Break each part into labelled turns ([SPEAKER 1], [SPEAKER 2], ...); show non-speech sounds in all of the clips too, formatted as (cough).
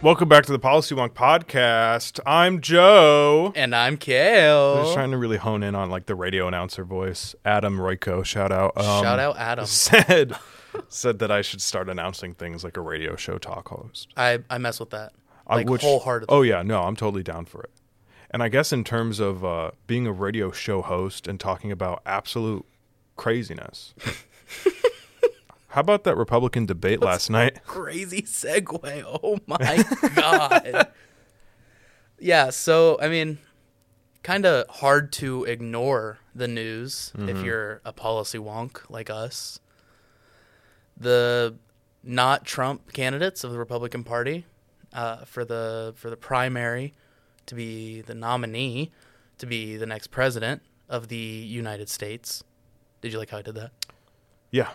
[SPEAKER 1] Welcome back to the Policy Wonk podcast. I'm Joe.
[SPEAKER 2] And I'm
[SPEAKER 1] I'm just
[SPEAKER 2] Kale.
[SPEAKER 1] trying to really hone in on like the radio announcer voice. Adam Royko, shout out. um,
[SPEAKER 2] Shout out
[SPEAKER 1] (laughs)
[SPEAKER 2] Adam.
[SPEAKER 1] Said said that I should start announcing things like a radio show talk host.
[SPEAKER 2] I, I mess with that.
[SPEAKER 1] I-
[SPEAKER 2] Like
[SPEAKER 1] which-
[SPEAKER 2] wholeheartedly.
[SPEAKER 1] Oh yeah, no, I'm totally down for it. And I guess in terms of uh, being a radio show host and talking about absolute
[SPEAKER 2] (laughs)
[SPEAKER 1] craziness. How about that Republican debate last night?
[SPEAKER 2] Crazy segue. (laughs) Oh my god. Yeah, so I mean, kind of hard to ignore the news if you're a policy wonk like us. The not Trump candidates of the Republican Party uh, for the for the primary to be the nominee to be the next president of the United States. Did you like how I did that?
[SPEAKER 1] Yeah,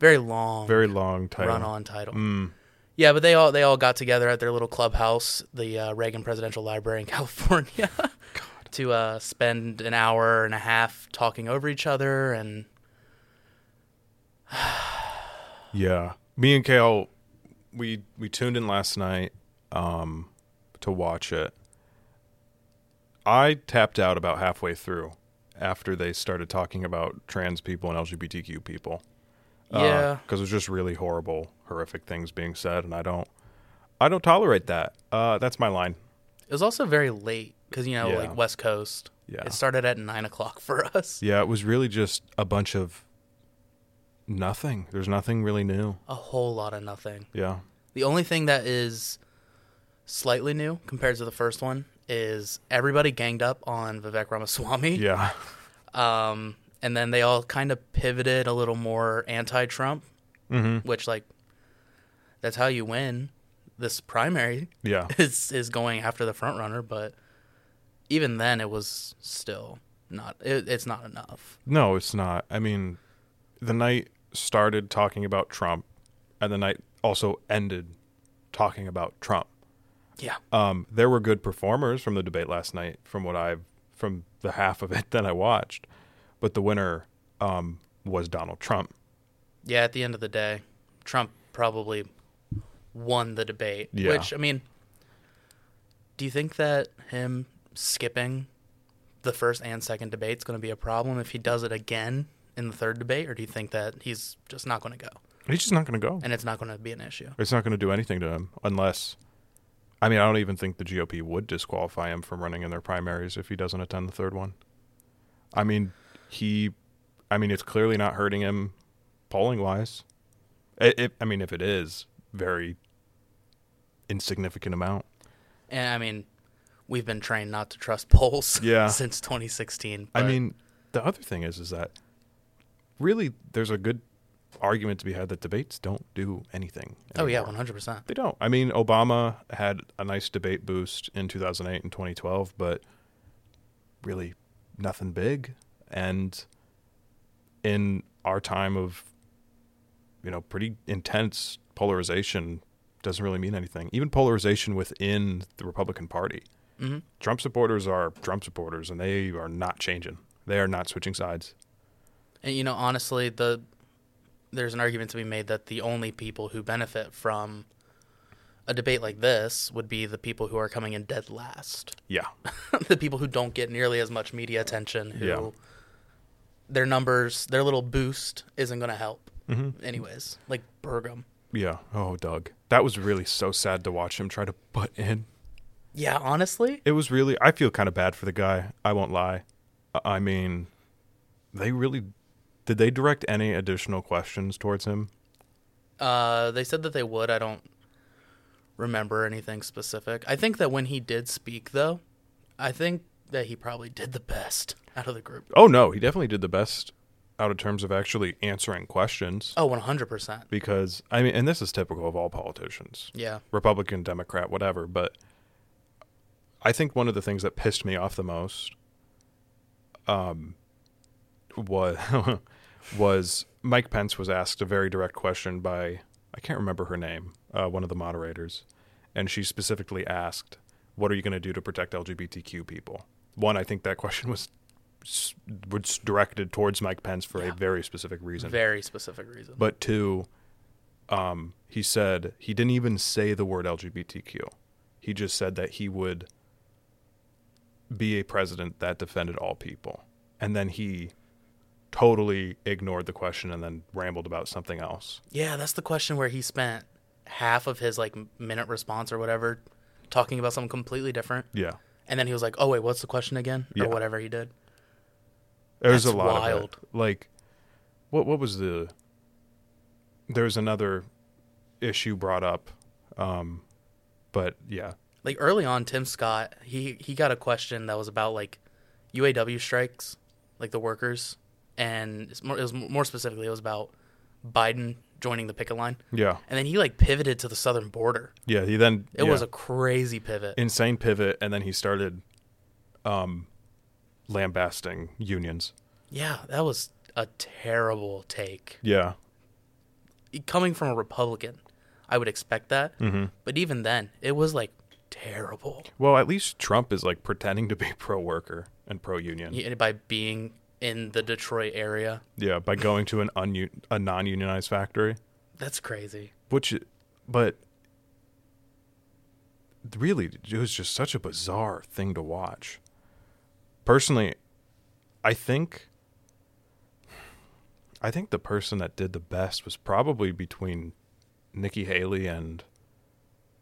[SPEAKER 2] Very long.
[SPEAKER 1] very long title. Mm.
[SPEAKER 2] run on title. Yeah, but they all they all got together at their little clubhouse, the uh, Reagan Presidential Library in (laughs) California, to uh, spend an hour and a half talking over each other. And
[SPEAKER 1] Yeah. Me and Kale we we tuned in last night um to watch it. I tapped out about halfway through after they started talking about trans people and LGBTQ people. Uh.
[SPEAKER 2] yeah,
[SPEAKER 1] Cuz it was just really horrible, horrific things being said and I don't I don't tolerate that. Uh that's my line.
[SPEAKER 2] it was also very late because you know
[SPEAKER 1] Yeah.
[SPEAKER 2] like West Coast.
[SPEAKER 1] Yeah.
[SPEAKER 2] it started at nine o'clock for (laughs) us.
[SPEAKER 1] Yeah, it was really just a bunch of nothing. There's nothing really new.
[SPEAKER 2] A whole lot of nothing.
[SPEAKER 1] Yeah.
[SPEAKER 2] The only thing that is slightly new compared to the first one is everybody ganged up on Vivek Ramaswamy.
[SPEAKER 1] Yeah. (laughs)
[SPEAKER 2] Um, and then they all kind of pivoted a little more anti-Trump, which like that's how you win this primary (laughs)
[SPEAKER 1] Yeah.
[SPEAKER 2] is is going after the front runner. But even then, it was still not. It, it's not enough.
[SPEAKER 1] No, it's not. I mean, the night started talking about Trump, and the night also ended talking about Trump.
[SPEAKER 2] Yeah,
[SPEAKER 1] Um, there were good performers from the debate last night, from what I've from the half of it (laughs) that I watched, but the winner um, was Donald Trump.
[SPEAKER 2] yeah. At the end of the day, Trump probably won the debate.
[SPEAKER 1] Yeah.
[SPEAKER 2] Which I mean, do you think that him skipping the first and second debate is going to be a problem if he does it again in the third debate, or do you think that he's just not going to go
[SPEAKER 1] He's just not going to go.
[SPEAKER 2] and it's not going to be an issue?
[SPEAKER 1] It's not going to do anything to him unless. I mean, I don't even think the GOP would disqualify him from running in their primaries if he doesn't attend the third one. I mean, he, I mean, it's clearly not hurting him polling wise. I it, I mean, if it is, very insignificant amount.
[SPEAKER 2] And I mean, we've been trained not to trust polls
[SPEAKER 1] Yeah.
[SPEAKER 2] (laughs) since 2016.
[SPEAKER 1] I
[SPEAKER 2] but
[SPEAKER 1] mean, the other thing is, is that really there's a good argument to be had that debates don't do anything.
[SPEAKER 2] oh yeah,
[SPEAKER 1] anymore.
[SPEAKER 2] 100. percent
[SPEAKER 1] They don't. I mean, Obama had a nice debate boost in 2008 and 2012, but really nothing big. And in our time of, you know, pretty intense polarization, doesn't really mean anything. Even polarization within the Republican Party.
[SPEAKER 2] Mhm.
[SPEAKER 1] Trump supporters are Trump supporters, and they are not changing. They are not switching sides.
[SPEAKER 2] And you know, honestly, the there's an argument to be made that the only people who benefit from a debate like this would be the people who are coming in dead last. (laughs)
[SPEAKER 1] Yeah. (laughs)
[SPEAKER 2] the people who don't get nearly as much media attention who
[SPEAKER 1] Yeah.
[SPEAKER 2] their numbers their little boost isn't going to help anyways like Burgum.
[SPEAKER 1] Yeah. Oh, Doug. That was really so sad to watch him try to butt in.
[SPEAKER 2] yeah honestly
[SPEAKER 1] It was really. I feel kind of bad for the guy. I won't lie. I- I mean, they really did. They direct any additional questions towards him?
[SPEAKER 2] uh, they said that they would i don't remember anything specific i think that when he did speak though i think that he probably did the best out of the group
[SPEAKER 1] Oh no, he definitely did the best out of terms of actually answering questions.
[SPEAKER 2] oh 100%
[SPEAKER 1] Because I mean, and this is typical of all politicians,
[SPEAKER 2] yeah
[SPEAKER 1] Republican, Democrat, whatever. But I think one of the things that pissed me off the most, um, was (laughs) was Mike Pence was asked a very direct question by I can't remember her name, uh, one of the moderators, and she specifically asked, "What are you going to do to protect LGBTQ people?" One, I think that question was s- was directed towards Mike Pence for a very specific reason.
[SPEAKER 2] very specific reason
[SPEAKER 1] But two, um, he said he didn't even say the word LGBTQ. He just said that he would be a president that defended all people. And then he totally ignored the question and then rambled about something else.
[SPEAKER 2] Yeah, that's the question where he spent half of his like minute response or whatever talking about something completely different.
[SPEAKER 1] Yeah.
[SPEAKER 2] And then he was like, "Oh wait, what's the question again?"
[SPEAKER 1] Yeah.
[SPEAKER 2] or whatever he did.
[SPEAKER 1] There's
[SPEAKER 2] That's
[SPEAKER 1] a lot of
[SPEAKER 2] wild.
[SPEAKER 1] it. Like what what was the there was another issue brought up. Um but yeah.
[SPEAKER 2] Like early on Tim Scott, he he got a question that was about like UAW strikes, like the workers, and it's more, it was more specifically it was about Biden joining the picket line.
[SPEAKER 1] Yeah.
[SPEAKER 2] And then he like pivoted to the southern border.
[SPEAKER 1] Yeah, he then
[SPEAKER 2] It
[SPEAKER 1] yeah.
[SPEAKER 2] was a crazy pivot.
[SPEAKER 1] insane pivot and then he started um lambasting unions
[SPEAKER 2] yeah, that was a terrible take.
[SPEAKER 1] yeah
[SPEAKER 2] Coming from a Republican, I would expect that. But even then, it was like terrible.
[SPEAKER 1] well at least trump is like pretending to be (laughs) pro-worker and pro-union yeah,
[SPEAKER 2] Yeah, by being in the Detroit area.
[SPEAKER 1] by going to an un- a non-unionized factory
[SPEAKER 2] That's crazy.
[SPEAKER 1] which but really it was just such a bizarre thing to watch personally i think i think the person that did the best was probably between nikki haley and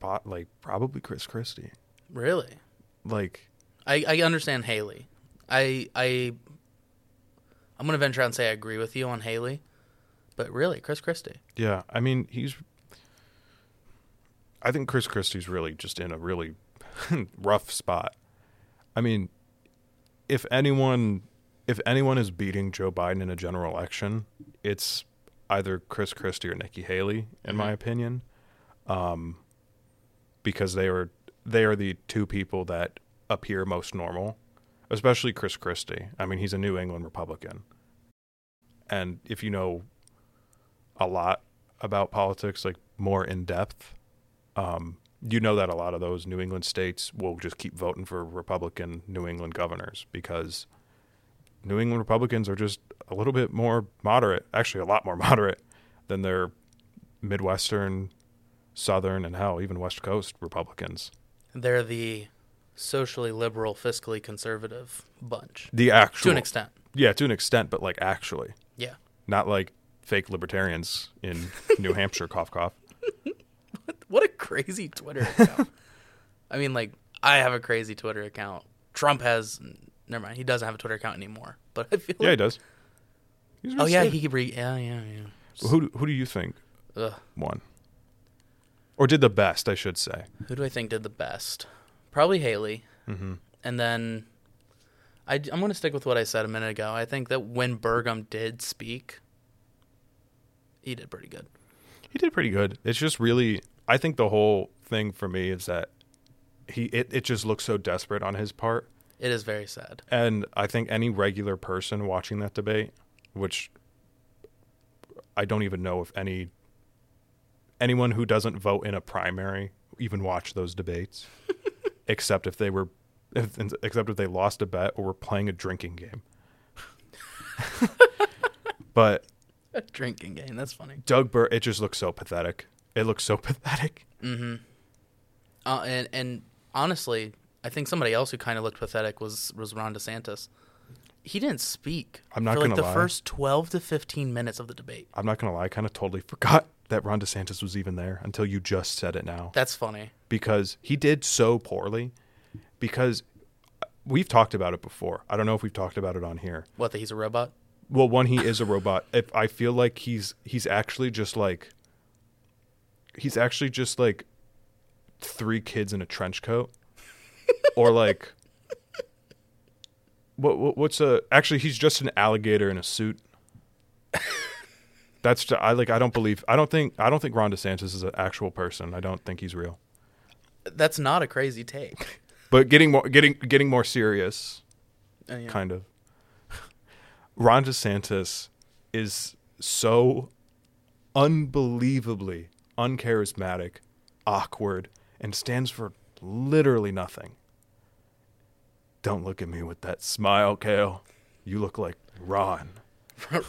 [SPEAKER 1] pot like probably chris christie
[SPEAKER 2] Really?
[SPEAKER 1] like
[SPEAKER 2] I, I understand Haley. I I I'm gonna venture out and say I agree with you on Haley. But really, Chris Christie.
[SPEAKER 1] yeah i mean he's i think chris christie's really just in a really (laughs) rough spot i mean if anyone if anyone is beating Joe Biden in a general election, it's either Chris Christie or Nikki Haley, in my opinion, um, because they are they are the two people that appear most normal, especially Chris Christie. I mean, he's a New England Republican, and if you know a lot about politics, like more in depth. Um, you know that a lot of those New England states will just keep voting for Republican New England governors because New England Republicans are just a little bit more moderate, actually a lot more (laughs) moderate than their Midwestern, Southern, and hell, even West Coast Republicans.
[SPEAKER 2] They're the socially liberal, fiscally conservative bunch.
[SPEAKER 1] The actual
[SPEAKER 2] To an extent.
[SPEAKER 1] Yeah, to an extent, but like actually.
[SPEAKER 2] Yeah.
[SPEAKER 1] Not like fake libertarians
[SPEAKER 2] (laughs)
[SPEAKER 1] in New Hampshire, cough cough.
[SPEAKER 2] What a crazy Twitter account. I mean, like, I have a crazy Twitter account. Trump has, never mind, he doesn't have a Twitter account anymore. But I feel
[SPEAKER 1] Yeah, he
[SPEAKER 2] like,
[SPEAKER 1] does. He's
[SPEAKER 2] oh, yeah,
[SPEAKER 1] really
[SPEAKER 2] he could re, yeah, yeah, yeah.
[SPEAKER 1] sick. who who do you think
[SPEAKER 2] Ugh.
[SPEAKER 1] won? Or did the best, I should say.
[SPEAKER 2] Who do I think did the best? Probably Haley. And then I, am going to stick with what I said a minute ago. I think that when Burgum did speak, he did pretty good.
[SPEAKER 1] He did pretty good. It's just really I think the whole thing for me is that he it, it just looks so desperate on his part.
[SPEAKER 2] It is very sad. (laughs)
[SPEAKER 1] And I think any regular person watching that debate, which I don't even know if any anyone who doesn't vote in a primary even watch those debates, except if they were if, except if they lost a bet or were playing a drinking game. but
[SPEAKER 2] Drinking game. That's funny.
[SPEAKER 1] Doug Burr, it just looks so pathetic. It looks so (laughs) pathetic.
[SPEAKER 2] Uh, and, and honestly, I think somebody else who kind of looked pathetic was, was Ron DeSantis. He didn't speak
[SPEAKER 1] I'm not
[SPEAKER 2] for like
[SPEAKER 1] gonna
[SPEAKER 2] the
[SPEAKER 1] lie.
[SPEAKER 2] first 12 to 15 minutes of the debate.
[SPEAKER 1] I'm not gonna lie, I kind of totally forgot that Ron DeSantis was even there until you just said it now.
[SPEAKER 2] That's funny.
[SPEAKER 1] because he did so poorly because we've talked about it before. I don't know if we've talked about it on here.
[SPEAKER 2] What, that he's a robot?
[SPEAKER 1] Well, one he is a robot. (laughs) If I feel like he's he's actually just like he's actually just like three kids in a trench coat or like what, what what's a actually he's just an alligator in a suit. That's ju- I like I don't believe I don't think I don't think Ron DeSantis is an actual person. I don't think he's real.
[SPEAKER 2] That's not a crazy take. (laughs)
[SPEAKER 1] But getting more getting getting more serious,
[SPEAKER 2] Uh, yeah.
[SPEAKER 1] kind of. Ron DeSantis is so unbelievably uncharismatic, awkward, and stands for literally nothing. Don't look at me with that smile, Kale. You look like Ron.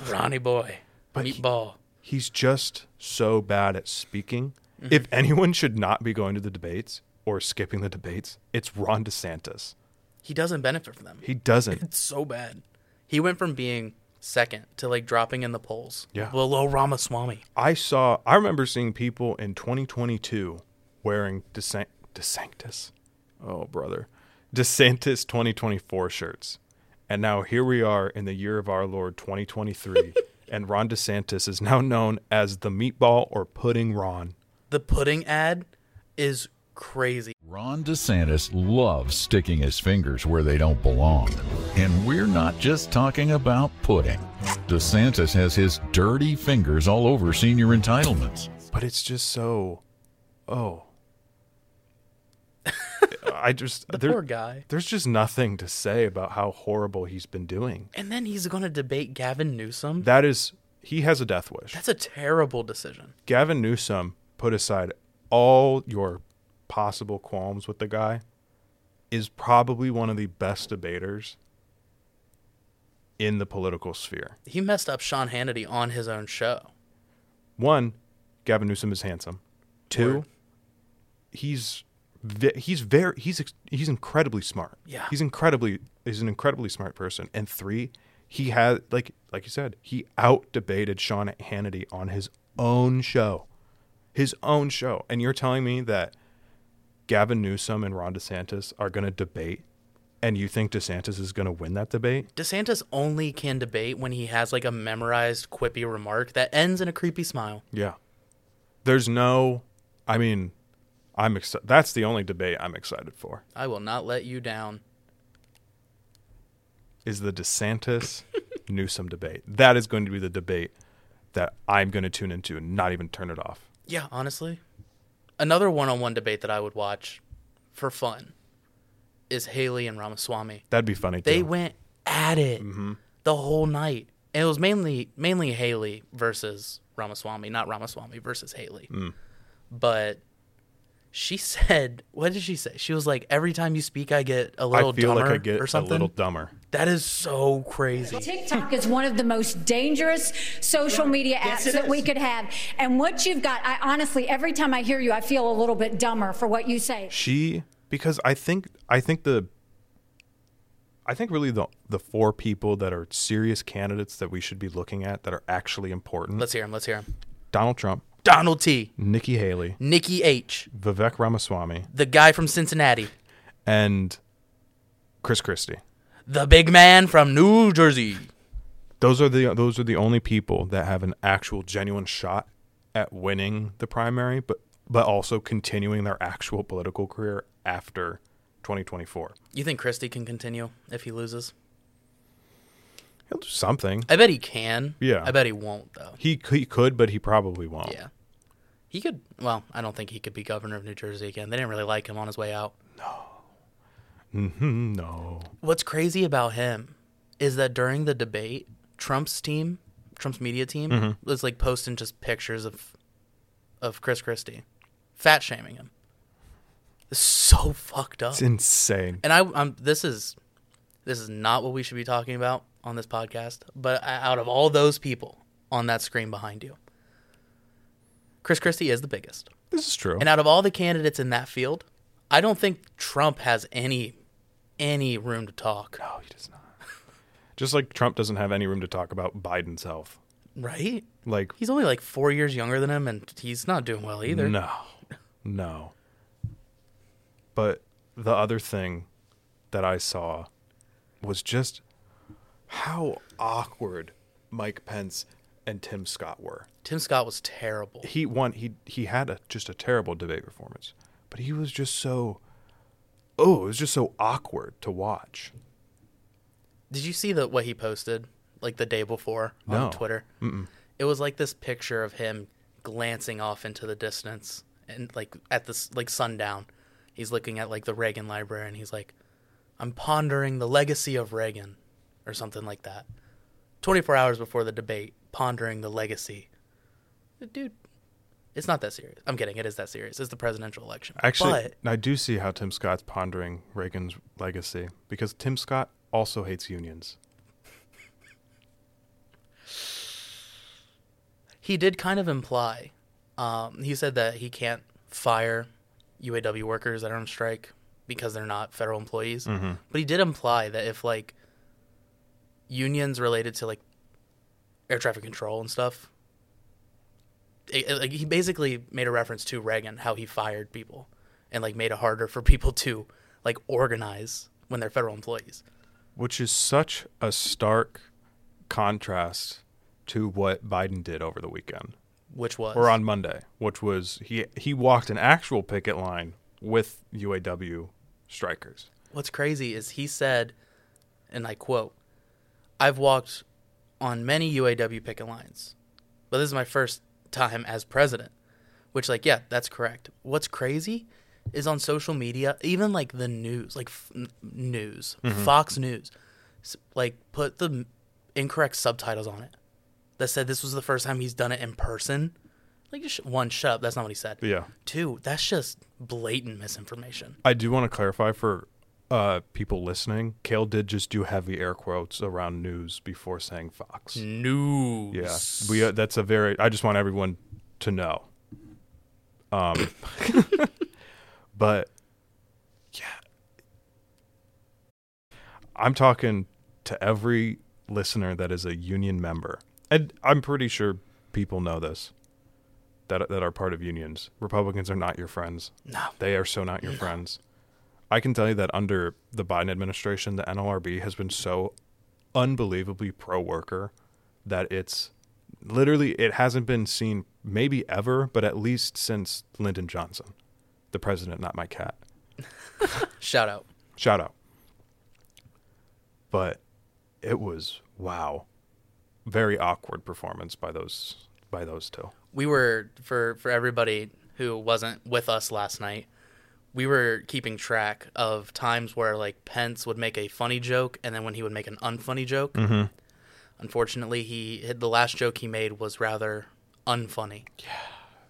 [SPEAKER 2] Ronnie boy.
[SPEAKER 1] But he-
[SPEAKER 2] Meatball. Mm-hmm.
[SPEAKER 1] He's just so bad at speaking. If anyone should not be going to the debates, or skipping the debates, it's Ron DeSantis.
[SPEAKER 2] He doesn't benefit from them.
[SPEAKER 1] He doesn't.
[SPEAKER 2] It's so bad. He went from being second to like dropping in the polls.
[SPEAKER 1] Yeah.
[SPEAKER 2] Below Ramaswamy.
[SPEAKER 1] I saw, I remember seeing people in 2022 wearing DeSan- DeSantis. Oh, brother. DeSantis 2024 shirts. And now here we are in the year of our Lord
[SPEAKER 2] (laughs)
[SPEAKER 1] 2023. and Ron DeSantis is now known as the meatball or pudding Ron.
[SPEAKER 2] The pudding ad is crazy.
[SPEAKER 3] Ron DeSantis loves sticking his fingers where they don't belong. And we're not just talking about pudding. DeSantis has his dirty fingers all over senior entitlements.
[SPEAKER 1] But it's just so, oh. I just,
[SPEAKER 2] (laughs) The
[SPEAKER 1] there-
[SPEAKER 2] poor guy.
[SPEAKER 1] there's just nothing to say about how horrible he's been doing.
[SPEAKER 2] And then he's going to debate Gavin Newsom.
[SPEAKER 1] That is, he has a death wish.
[SPEAKER 2] That's a terrible decision.
[SPEAKER 1] Gavin Newsom put aside all your possible qualms with the guy is probably one of the best debaters in the political sphere.
[SPEAKER 2] He messed up Sean Hannity on his own show.
[SPEAKER 1] One, Gavin Newsom is handsome. Two,
[SPEAKER 2] Word.
[SPEAKER 1] he's ve- he's very he's ex- he's incredibly smart.
[SPEAKER 2] Yeah.
[SPEAKER 1] He's incredibly he's an incredibly smart person. And three, he had like like you said, he out debated Sean Hannity on his own show. His own show. And you're telling me that Gavin Newsom and Ron DeSantis are going to debate and you think DeSantis is going to win that debate?
[SPEAKER 2] DeSantis only can debate when he has like a memorized quippy remark that ends in a creepy smile.
[SPEAKER 1] Yeah. There's no I mean, I'm excited. That's the only debate I'm excited for.
[SPEAKER 2] I will not let you down.
[SPEAKER 1] is the
[SPEAKER 2] (laughs)
[SPEAKER 1] DeSantis Newsom debate. That is going to be the debate that I'm going to tune into and not even turn it off.
[SPEAKER 2] Yeah, honestly. Another one on one debate that I would watch for fun is Haley and Ramaswamy.
[SPEAKER 1] That'd be funny
[SPEAKER 2] They
[SPEAKER 1] too.
[SPEAKER 2] went at it
[SPEAKER 1] Mm-hmm.
[SPEAKER 2] the whole night. And it was mainly mainly Haley versus Ramaswamy, not Ramaswamy versus Haley.
[SPEAKER 1] Mm.
[SPEAKER 2] But she (laughs) said, what did she say? She was like, every time you speak, I get a
[SPEAKER 1] I
[SPEAKER 2] little
[SPEAKER 1] feel
[SPEAKER 2] dumber
[SPEAKER 1] like I get
[SPEAKER 2] or
[SPEAKER 1] a
[SPEAKER 2] something.
[SPEAKER 1] little dumber.
[SPEAKER 2] that is so crazy.
[SPEAKER 4] TikTok is one of the most dangerous social media apps
[SPEAKER 5] it
[SPEAKER 4] that we
[SPEAKER 5] is.
[SPEAKER 4] could have. And what you've got, I honestly, every time I hear you, I feel a little bit dumber for what you say.
[SPEAKER 1] She because I think I think the I think really the the four people that are serious candidates that we should be looking at that are actually important.
[SPEAKER 2] Let's hear him. Let's hear him.
[SPEAKER 1] Donald Trump,
[SPEAKER 2] Donald T,
[SPEAKER 1] Nikki Haley,
[SPEAKER 2] Nikki H,
[SPEAKER 1] Vivek Ramaswamy,
[SPEAKER 2] the guy from Cincinnati,
[SPEAKER 1] and Chris Christie.
[SPEAKER 2] the big man from New Jersey.
[SPEAKER 1] those are the those are the only people that have an actual genuine shot at winning the primary but but also continuing their actual political career after 2024
[SPEAKER 2] You think Christie can continue if he loses?
[SPEAKER 1] he'll do something
[SPEAKER 2] I bet he can.
[SPEAKER 1] Yeah.
[SPEAKER 2] I bet he won't though.
[SPEAKER 1] he, c- he could but he probably won't
[SPEAKER 2] Yeah. He could well, I don't think he could be governor of New Jersey again. They didn't really like him on his way out.
[SPEAKER 1] Hmm, no
[SPEAKER 2] What's crazy about him is that during the debate, Trump's team, Trump's media team was like posting just pictures of of Chris Christie fat shaming him. It's so fucked up.
[SPEAKER 1] it's insane
[SPEAKER 2] and I, I'm this is this is not what we should be talking about on this podcast. But I, out of all those people on that screen behind you, Chris Christie is the biggest.
[SPEAKER 1] this is true
[SPEAKER 2] And out of all the candidates in that field, I don't think Trump has any any room to talk.
[SPEAKER 1] no he does not (laughs) just like trump doesn't have any room to talk about biden's health
[SPEAKER 2] Right?
[SPEAKER 1] like
[SPEAKER 2] He's only like four years younger than him, and he's not doing well either.
[SPEAKER 1] No, no. But the other thing that I saw was just how awkward Mike Pence and Tim Scott were.
[SPEAKER 2] Tim Scott was terrible.
[SPEAKER 1] He won. He he had a, just a terrible debate performance, but he was just so. Oh, it was just so awkward to watch.
[SPEAKER 2] Did you see the what he posted like the day before on
[SPEAKER 1] No.
[SPEAKER 2] Twitter? Mm-mm. It was like this picture of him glancing off into the distance and like at this like sundown. He's looking at like the Reagan library and he's like, "I'm pondering the legacy of Reagan," or something like that. Twenty four hours before the debate, pondering the legacy. Dude, it's not that serious. I'm kidding. It is that serious. It's the presidential election.
[SPEAKER 1] Actually,
[SPEAKER 2] but
[SPEAKER 1] I do see how Tim Scott's pondering Reagan's legacy because Tim Scott also hates unions.
[SPEAKER 2] he did kind of imply um, he said that he can't fire UAW workers that are on strike because they're not federal employees. But he did imply that if like unions related to like air traffic control and stuff, it, it- like he basically made a reference to Reagan how he fired people and like made it harder for people to like organize when they're federal employees.
[SPEAKER 1] which is such a stark contrast to what Biden did over the weekend
[SPEAKER 2] Which was
[SPEAKER 1] or on Monday, which was he he walked an actual picket line with UAW strikers.
[SPEAKER 2] What's crazy is he said, and I quote, I've walked on many UAW picket lines, but this is my first time as president. Which, like, yeah, that's correct. What's crazy is on social media, even like the news, like f- n- news,
[SPEAKER 1] Mm-hmm.
[SPEAKER 2] Fox News, s- like put the m- incorrect subtitles on it that said this was the first time he's done it in person. Like, just sh- one, shut up. That's not what he said.
[SPEAKER 1] Yeah.
[SPEAKER 2] Two, that's just blatant misinformation.
[SPEAKER 1] I do want to clarify for uh, people listening, Kale did just do heavy air quotes around news before saying Fox.
[SPEAKER 2] News.
[SPEAKER 1] Yeah, we. Uh, that's a very. I just want everyone to know. Um, (laughs) but yeah, I'm talking to every listener that is a union member, and I'm pretty sure people know this. That that are part of unions. Republicans are not your friends.
[SPEAKER 2] No.
[SPEAKER 1] They are so not your friends. I can tell you that under the Biden administration, the NLRB has been so unbelievably pro worker that it's literally it hasn't been seen maybe ever, but at least since Lyndon Johnson, the president, not my cat.
[SPEAKER 2] Shout out.
[SPEAKER 1] Shout out. But it was wow. Very awkward performance by those by those two.
[SPEAKER 2] We were for for everybody who wasn't with us last night. We were keeping track of times where like Pence would make a funny joke and then when he would make an unfunny joke. Unfortunately, he the last joke he made was rather unfunny.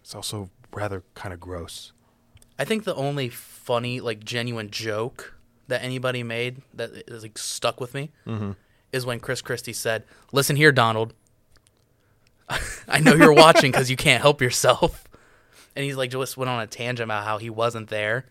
[SPEAKER 1] It's also rather kind of gross.
[SPEAKER 2] I think the only funny, like genuine joke that anybody made that is like stuck with me is when Chris Christie said, "Listen here, Donald. (laughs) I know you're watching because you can't help yourself." And he's like just went on a tangent about how he wasn't there,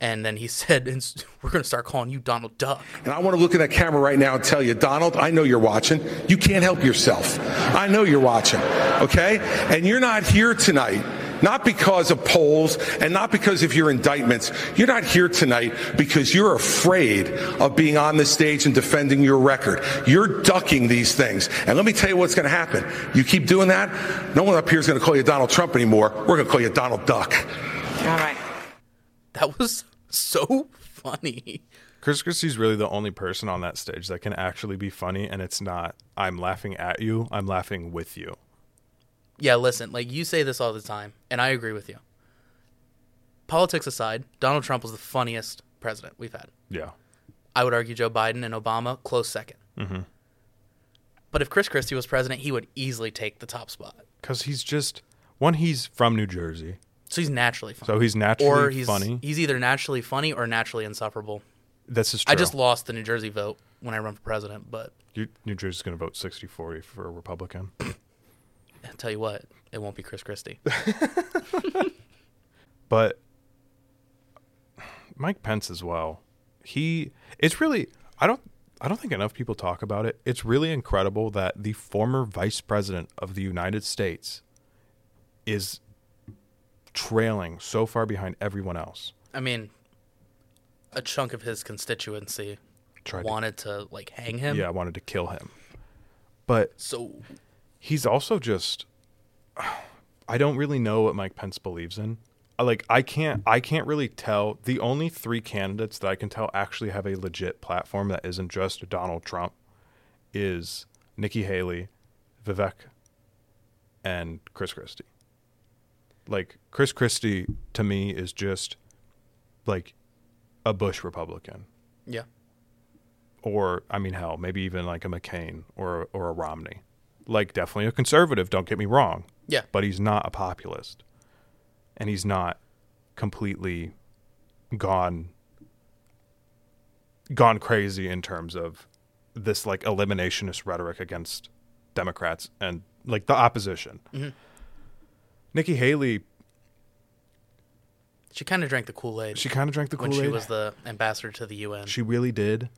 [SPEAKER 2] and then he (laughs) said, "Ins- "We're gonna start calling you Donald Duck."
[SPEAKER 5] And I want to look in that camera right now and tell you, Donald, I know you're watching. You can't help yourself. I know you're watching, okay? And you're not here tonight, not because of polls and not because of your indictments. You're not here tonight because you're afraid of being on the stage and defending your record. You're ducking these things. And let me tell you what's going to happen. You keep doing that, no one up here is going to call you Donald Trump anymore. We're going to call you Donald Duck.
[SPEAKER 6] All right.
[SPEAKER 2] That was (laughs) so funny.
[SPEAKER 1] Chris Christie's really the only person on that stage that can actually be funny, and it's not I'm laughing at you, I'm laughing with you.
[SPEAKER 2] yeah, listen, like you say this all the time, and I agree with you. Politics aside, Donald Trump was the funniest president we've had.
[SPEAKER 1] Yeah.
[SPEAKER 2] I would argue Joe Biden and Obama close 2nd
[SPEAKER 1] Mm-hmm.
[SPEAKER 2] But if Chris Christie was president, he would easily take the top spot.
[SPEAKER 1] Cause he's just one, he's from New Jersey.
[SPEAKER 2] So he's naturally funny.
[SPEAKER 1] So he's naturally
[SPEAKER 2] or he's
[SPEAKER 1] funny.
[SPEAKER 2] He's either naturally funny or naturally insufferable.
[SPEAKER 1] This is true.
[SPEAKER 2] I just lost the New Jersey vote when I run for president, but
[SPEAKER 1] You, New Jersey's gonna vote 60-40 for a Republican.
[SPEAKER 2] I tell you what, it won't be
[SPEAKER 1] (laughs)
[SPEAKER 2] Chris Christie.
[SPEAKER 1] but Mike Pence as well. He it's really I don't I don't think enough people talk about it. It's really incredible that the former vice president of the United States is trailing so far behind everyone else.
[SPEAKER 2] I mean, a chunk of his constituency
[SPEAKER 1] Tried to-
[SPEAKER 2] wanted to like hang him.
[SPEAKER 1] yeah, I wanted to kill him. But
[SPEAKER 2] So
[SPEAKER 1] he's also just (sighs) I don't really know what Mike Pence believes in. I- Like I can't I can't really tell. The only three candidates that I can tell actually have a legit platform that isn't just Donald Trump is Nikki Haley, Vivek, and Chris Christie. Like Chris Christie to me is just like a Bush Republican
[SPEAKER 2] yeah.
[SPEAKER 1] or I mean, hell, maybe even like a McCain or or a Romney. Like, definitely a conservative. Don't get me wrong.
[SPEAKER 2] Yeah.
[SPEAKER 1] but he's not a populist, and he's not completely gone gone crazy in terms of this like eliminationist rhetoric against Democrats and
[SPEAKER 2] Mm-hmm.
[SPEAKER 1] like the opposition. Nikki Haley
[SPEAKER 2] She kind of drank the Kool Aid
[SPEAKER 1] She kind of drank the
[SPEAKER 2] when
[SPEAKER 1] Kool
[SPEAKER 2] she
[SPEAKER 1] Aid.
[SPEAKER 2] was the ambassador to the UN.
[SPEAKER 1] She really did.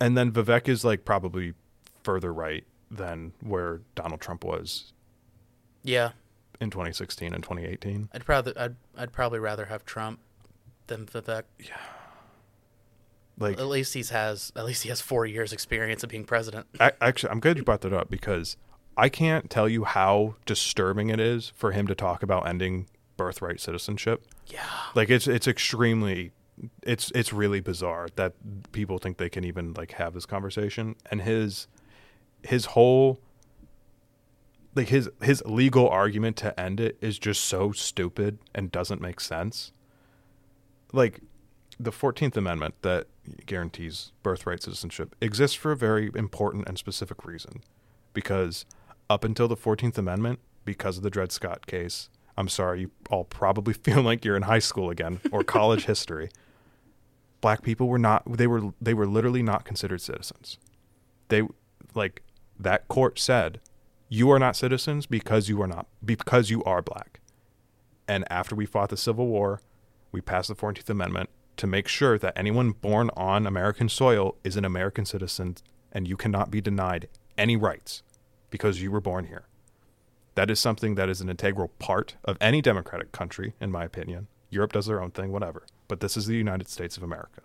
[SPEAKER 1] And then Vivek is like probably further right than where Donald Trump was
[SPEAKER 2] yeah,
[SPEAKER 1] in 2016 and 2018.
[SPEAKER 2] I'd probably I'd I'd probably rather have Trump than Vivek.
[SPEAKER 1] Like,
[SPEAKER 2] At least he's has at least he has four years experience of being president.
[SPEAKER 1] I, actually, I'm glad you brought that up because I can't tell you how disturbing it is for him to talk about ending birthright citizenship.
[SPEAKER 2] Yeah,
[SPEAKER 1] Like, it's it's extremely, it's it's really bizarre that people think they can even like have this conversation. And his his whole like his his legal argument to end it is just so stupid and doesn't make sense. Like the 14th amendment that guarantees birthright citizenship exists for a very important and specific reason because up until the 14th amendment because of the Dred Scott case, I'm sorry you all probably (laughs) feel like you're in high school again or college history. Black people were not they were they were literally not considered citizens they like that court said you are not citizens because you are not because you are black and after we fought the civil war we passed the 14th amendment to make sure that anyone born on american soil is an american citizen and you cannot be denied any rights because you were born here that is something that is an integral part of any democratic country in my opinion europe does their own thing whatever but this is the united states of america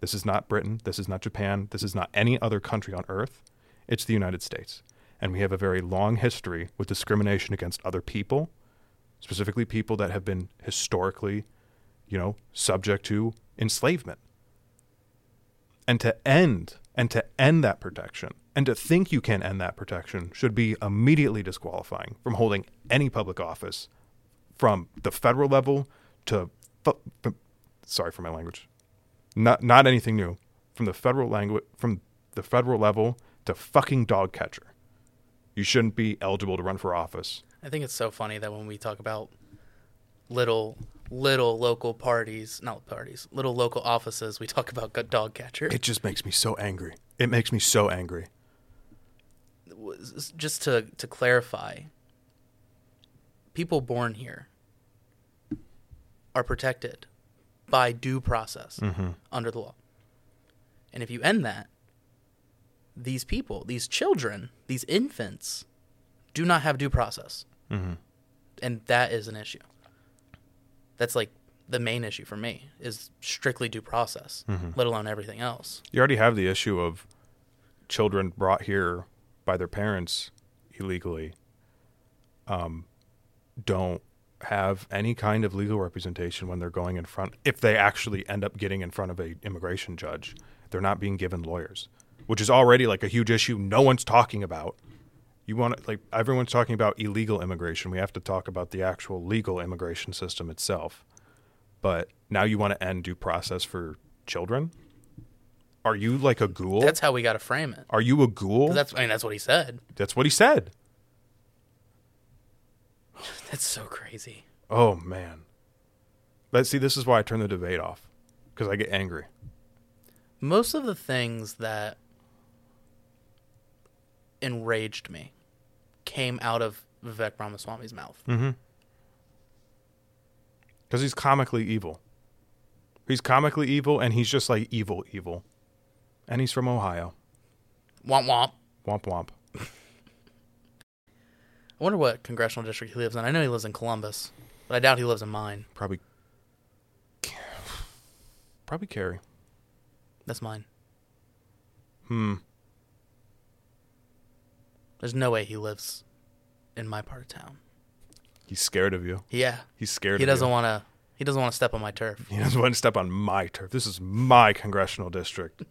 [SPEAKER 1] this is not Britain. This is not Japan. This is not any other country on earth. It's the United States. And we have a very long history with discrimination against other people, specifically people that have been historically, you know, subject to enslavement. And to end and to end that protection and to think you can end that protection should be immediately disqualifying from holding any public office from the federal level to fu- fu- sorry for my language not not anything new from the federal language from the federal level to fucking dog catcher. You shouldn't be eligible to run for office.
[SPEAKER 2] I think it's so funny that when we talk about little little local parties, not parties, little local offices, we talk about good dog catcher.
[SPEAKER 1] It just makes me so angry. It makes me so angry.
[SPEAKER 2] was- just to to clarify, people born here are protected by due process under the law. And if you end that, these people, these children, these infants, do not have due process, and that is an issue. That's like the main issue for me is strictly due process, let alone everything else.
[SPEAKER 1] You already have the issue of children brought here by their parents illegally um, don't have any kind of legal representation when they're going in front if they actually end up getting in front of a immigration judge they're not being given lawyers which is already like a huge issue no one's talking about you want to like everyone's talking about illegal immigration we have to talk about the actual legal immigration system itself but now you want to end due process for children are you like a ghoul
[SPEAKER 2] That's how we got to frame it.
[SPEAKER 1] are you a ghoul?
[SPEAKER 2] 'Cause That's I mean that's what he said. (laughs)
[SPEAKER 1] That's what he said.
[SPEAKER 2] That's so crazy.
[SPEAKER 1] Oh man. Let's see. This is why I turn the debate off because I get angry.
[SPEAKER 2] Most of the things that enraged me came out of Vivek Ramaswamy's mouth.
[SPEAKER 1] Hmm. Because he's comically evil. He's comically evil, and he's just like evil, evil. And he's from Ohio.
[SPEAKER 2] Womp womp.
[SPEAKER 1] Womp womp.
[SPEAKER 2] I wonder what congressional district he lives in. I know he lives in Columbus, but I doubt he lives in mine.
[SPEAKER 1] Probably. (sighs) Probably Carrie.
[SPEAKER 2] That's mine. Hmm. There's no way he lives in my part of town.
[SPEAKER 1] He's scared of you.
[SPEAKER 2] Yeah.
[SPEAKER 1] He's scared.
[SPEAKER 2] He
[SPEAKER 1] of
[SPEAKER 2] doesn't
[SPEAKER 1] you.
[SPEAKER 2] want to he doesn't want to step on my turf.
[SPEAKER 1] (laughs) He doesn't want to step on my turf. This is my congressional district.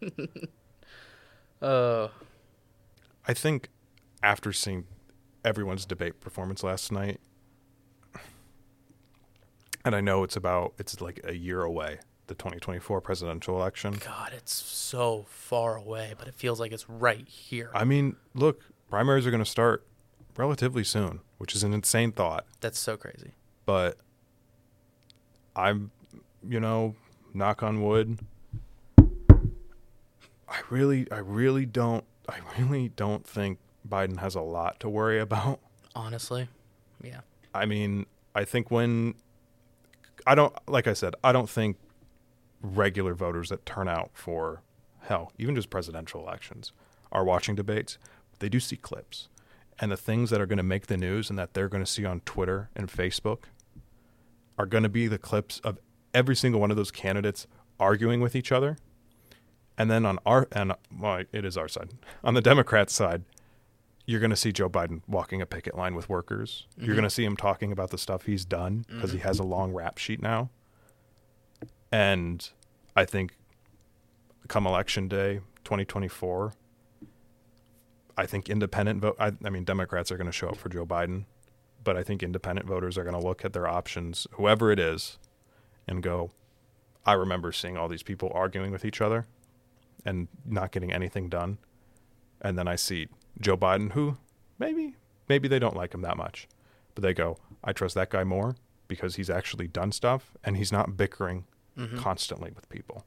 [SPEAKER 2] Oh.
[SPEAKER 1] I think after seeing everyone's debate performance last night, and I know it's about it's like a year away, the 2024 presidential election.
[SPEAKER 2] God, it's so far away, but it feels like it's right here.
[SPEAKER 1] I mean, look, primaries are going to start relatively soon, which is an insane thought,
[SPEAKER 2] That's so crazy.
[SPEAKER 1] but I'm, you know, knock on wood. I really, I really don't, I really don't think Biden has a lot to worry (laughs) about.
[SPEAKER 2] Honestly, yeah.
[SPEAKER 1] I mean, I think when I don't like I said, I don't think regular voters that turn out for hell, even just presidential elections, are watching debates. They do see clips. And the things that are going to make the news and that they're going to see on Twitter and Facebook are going to be the clips of every single one of those candidates arguing with each other. And then on our and well, it is our side. On the Democrats' side, you're going to see Joe Biden walking a picket line with workers. You're going to see him talking about the stuff he's done because he has a long rap sheet now. And I think come election day 2024, I think independent vote I, I mean Democrats are going to show up for Joe Biden, but I think independent voters are going to look at their options, whoever it is, and go, I remember seeing all these people arguing with each other and not getting anything done. And then I see Joe Biden, who maybe maybe they don't like him that much, but they go, I trust that guy more because he's actually done stuff and he's not bickering constantly with people.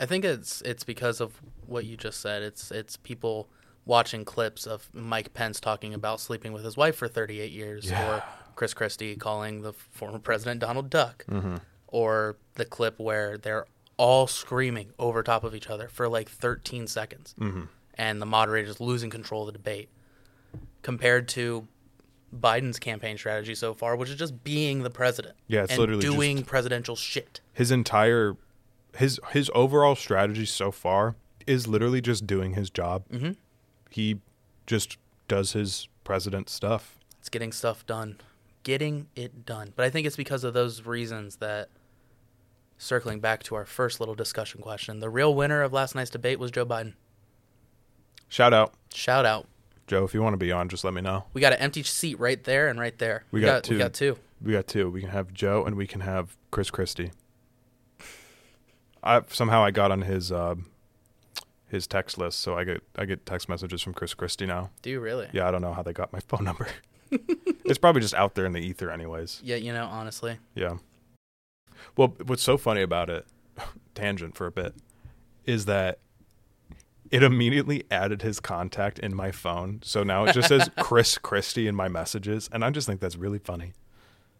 [SPEAKER 2] I think it's it's because of what you just said. It's it's people watching clips of Mike Pence talking about sleeping with his wife for 38 years, or Chris Christie calling the former president Donald Duck,
[SPEAKER 1] Mm-hmm.
[SPEAKER 2] or the clip where they're all screaming over top of each other for like 13 seconds,
[SPEAKER 1] Mm-hmm.
[SPEAKER 2] and the moderator's losing control of the debate. Compared to Biden's campaign strategy so far, which is just being the president,
[SPEAKER 1] Yeah, it's
[SPEAKER 2] and
[SPEAKER 1] literally just-
[SPEAKER 2] doing presidential shit.
[SPEAKER 1] his entire his his overall strategy so far is literally just doing his job. Mm-hmm. He just does his president stuff.
[SPEAKER 2] It's getting stuff done. Getting it done. But I think it's because of those reasons that, circling back to our first little discussion question, the real winner of last night's debate was Joe Biden.
[SPEAKER 1] Shout out,
[SPEAKER 2] Shout out.
[SPEAKER 1] Joe. If you want to be on, just let me know.
[SPEAKER 2] We got an empty seat right there and right there.
[SPEAKER 1] We, got, two.
[SPEAKER 2] We got two.
[SPEAKER 1] We got two. We can have Joe and we can have Chris Christie. I somehow I got on his uh, his text list, so I get I get text messages from Chris Christie now.
[SPEAKER 2] Do you really?
[SPEAKER 1] Yeah, I don't know how they got my (laughs) phone number. it's probably just out there in the ether, anyways.
[SPEAKER 2] Yeah, you know, honestly.
[SPEAKER 1] Yeah. Well, what's so funny about it, (laughs) tangent for a bit, is that it immediately added his contact in my phone. So now it just (laughs) says Chris Christie in my messages. And I just think that's really funny.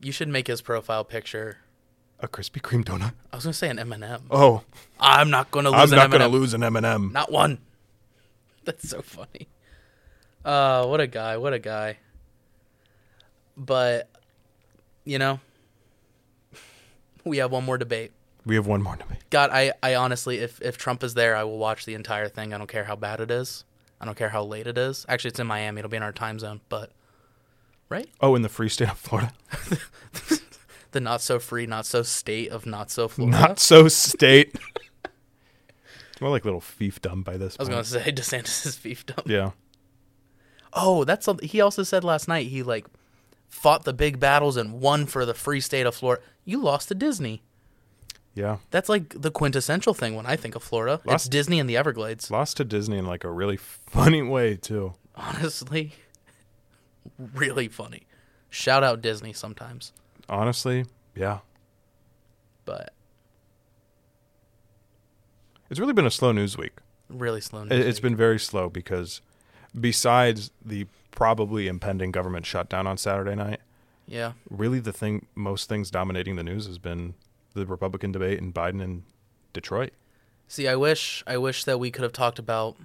[SPEAKER 2] You should make his profile picture.
[SPEAKER 1] A Krispy Kreme donut.
[SPEAKER 2] I was going to say an M&M.
[SPEAKER 1] Oh,
[SPEAKER 2] I'm not going to lose
[SPEAKER 1] I'm
[SPEAKER 2] an
[SPEAKER 1] not going to
[SPEAKER 2] M&M.
[SPEAKER 1] lose an M&M.
[SPEAKER 2] Not one. (laughs) That's so funny. Uh, what a guy, what a guy. But you know, (laughs) we have one more debate.
[SPEAKER 1] We have one more debate.
[SPEAKER 2] God, I, I honestly if if Trump is there, I will watch the entire thing. I don't care how bad it is. I don't care how late it is. Actually, it's in Miami. It'll be in our time zone, but right?
[SPEAKER 1] Oh, in the free state of Florida.
[SPEAKER 2] The not so free, not so state of not so Florida.
[SPEAKER 1] Not so state. (laughs) it's more like little fiefdom by this
[SPEAKER 2] I was
[SPEAKER 1] point.
[SPEAKER 2] going to say (laughs) DeSantis is fiefdom.
[SPEAKER 1] Yeah.
[SPEAKER 2] Oh, that's something. He also said last night he like fought the big battles and won for the free state of Florida. You lost to Disney.
[SPEAKER 1] Yeah.
[SPEAKER 2] That's like the quintessential thing when I think of Florida. it's
[SPEAKER 1] Lost-
[SPEAKER 2] Disney and the Everglades.
[SPEAKER 1] Lost to Disney in like a really funny way, too.
[SPEAKER 2] Honestly, (laughs) really funny. Shout out Disney sometimes,
[SPEAKER 1] Honestly, yeah.
[SPEAKER 2] but
[SPEAKER 1] It's really been a slow news week.
[SPEAKER 2] really slow.
[SPEAKER 1] It,
[SPEAKER 2] news
[SPEAKER 1] it's
[SPEAKER 2] week.
[SPEAKER 1] been very slow because besides the probably impending government shutdown on Saturday night,
[SPEAKER 2] yeah.
[SPEAKER 1] really the thing most things dominating the news has been the Republican debate and Biden in Detroit.
[SPEAKER 2] See, I wish I wish that we could have talked about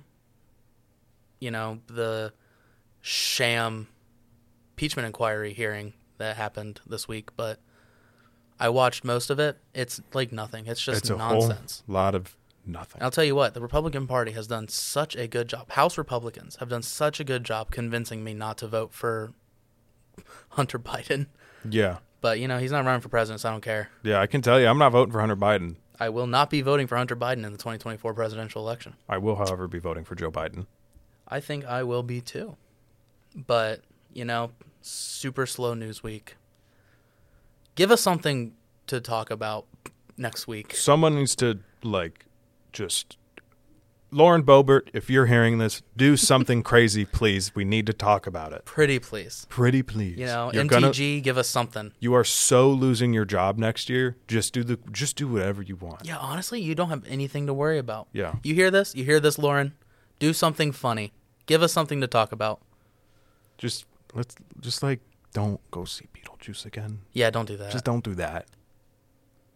[SPEAKER 2] you know, the sham impeachment inquiry hearing that happened this week, but I watched most of it. It's like nothing. It's just
[SPEAKER 1] it's a
[SPEAKER 2] nonsense.
[SPEAKER 1] whole lot of nothing.
[SPEAKER 2] And I'll tell you what, the Republican Party has done such a good job. House Republicans have done such a good job convincing me not to vote for (laughs) Hunter Biden.
[SPEAKER 1] Yeah.
[SPEAKER 2] But, you know, he's not running for president, so I don't care.
[SPEAKER 1] Yeah, I can tell you I'm not voting for Hunter Biden.
[SPEAKER 2] I will not be voting for Hunter Biden in the 2024 presidential election.
[SPEAKER 1] I will, however, be voting for Joe Biden.
[SPEAKER 2] I think I will be too. But, you know, super slow news week. Give us something to talk about next week.
[SPEAKER 1] Someone needs to like just Lauren Boebert, if you're hearing this, do something (laughs) crazy, please. We need to talk about it.
[SPEAKER 2] Pretty please.
[SPEAKER 1] Pretty please.
[SPEAKER 2] You know,
[SPEAKER 1] You're gonna-
[SPEAKER 2] MTG, give us something.
[SPEAKER 1] you are so losing your job next year. Just do the just do whatever you want.
[SPEAKER 2] Yeah, honestly, you don't have anything to worry about.
[SPEAKER 1] Yeah.
[SPEAKER 2] You hear this? You hear this, Lauren? Do something funny. Give us something to talk about.
[SPEAKER 1] Just let's just like don't go see Beetlejuice again.
[SPEAKER 2] Yeah, don't do that.
[SPEAKER 1] Just don't do that.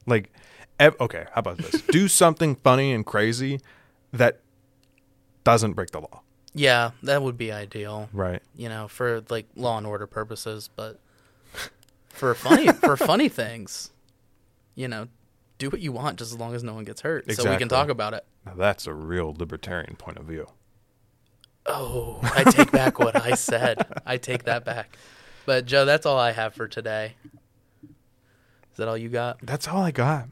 [SPEAKER 1] Like, ev- okay, how about this? (laughs) do something funny and crazy that doesn't break the law.
[SPEAKER 2] yeah, that would be ideal.
[SPEAKER 1] Right.
[SPEAKER 2] You know, for like law and order purposes, but for funny for funny things, you know, do what you want just as long as no one gets hurt. So we
[SPEAKER 1] Exactly.
[SPEAKER 2] can talk about it.
[SPEAKER 1] Now that's a real libertarian point of view.
[SPEAKER 2] Oh, I take back what I said. I take that back. But Joe, that's all I have for today. Is that all you got?
[SPEAKER 1] That's all I got.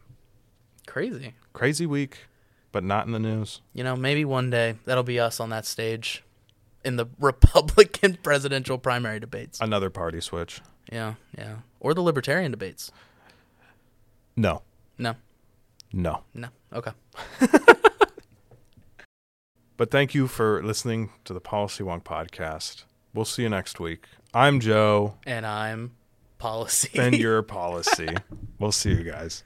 [SPEAKER 2] Crazy.
[SPEAKER 1] Crazy week, but not in the news.
[SPEAKER 2] You know, maybe one day that'll be us on that stage in the (laughs) Republican presidential primary debates.
[SPEAKER 1] Another party switch.
[SPEAKER 2] Yeah, yeah. Or the libertarian debates.
[SPEAKER 1] No.
[SPEAKER 2] No,
[SPEAKER 1] No.
[SPEAKER 2] no. Okay.
[SPEAKER 1] But thank you for listening to the Policy Wonk podcast. We'll see you next week. I'm Joe,
[SPEAKER 2] And I'm policy.
[SPEAKER 1] (laughs) and your policy. we'll see you guys.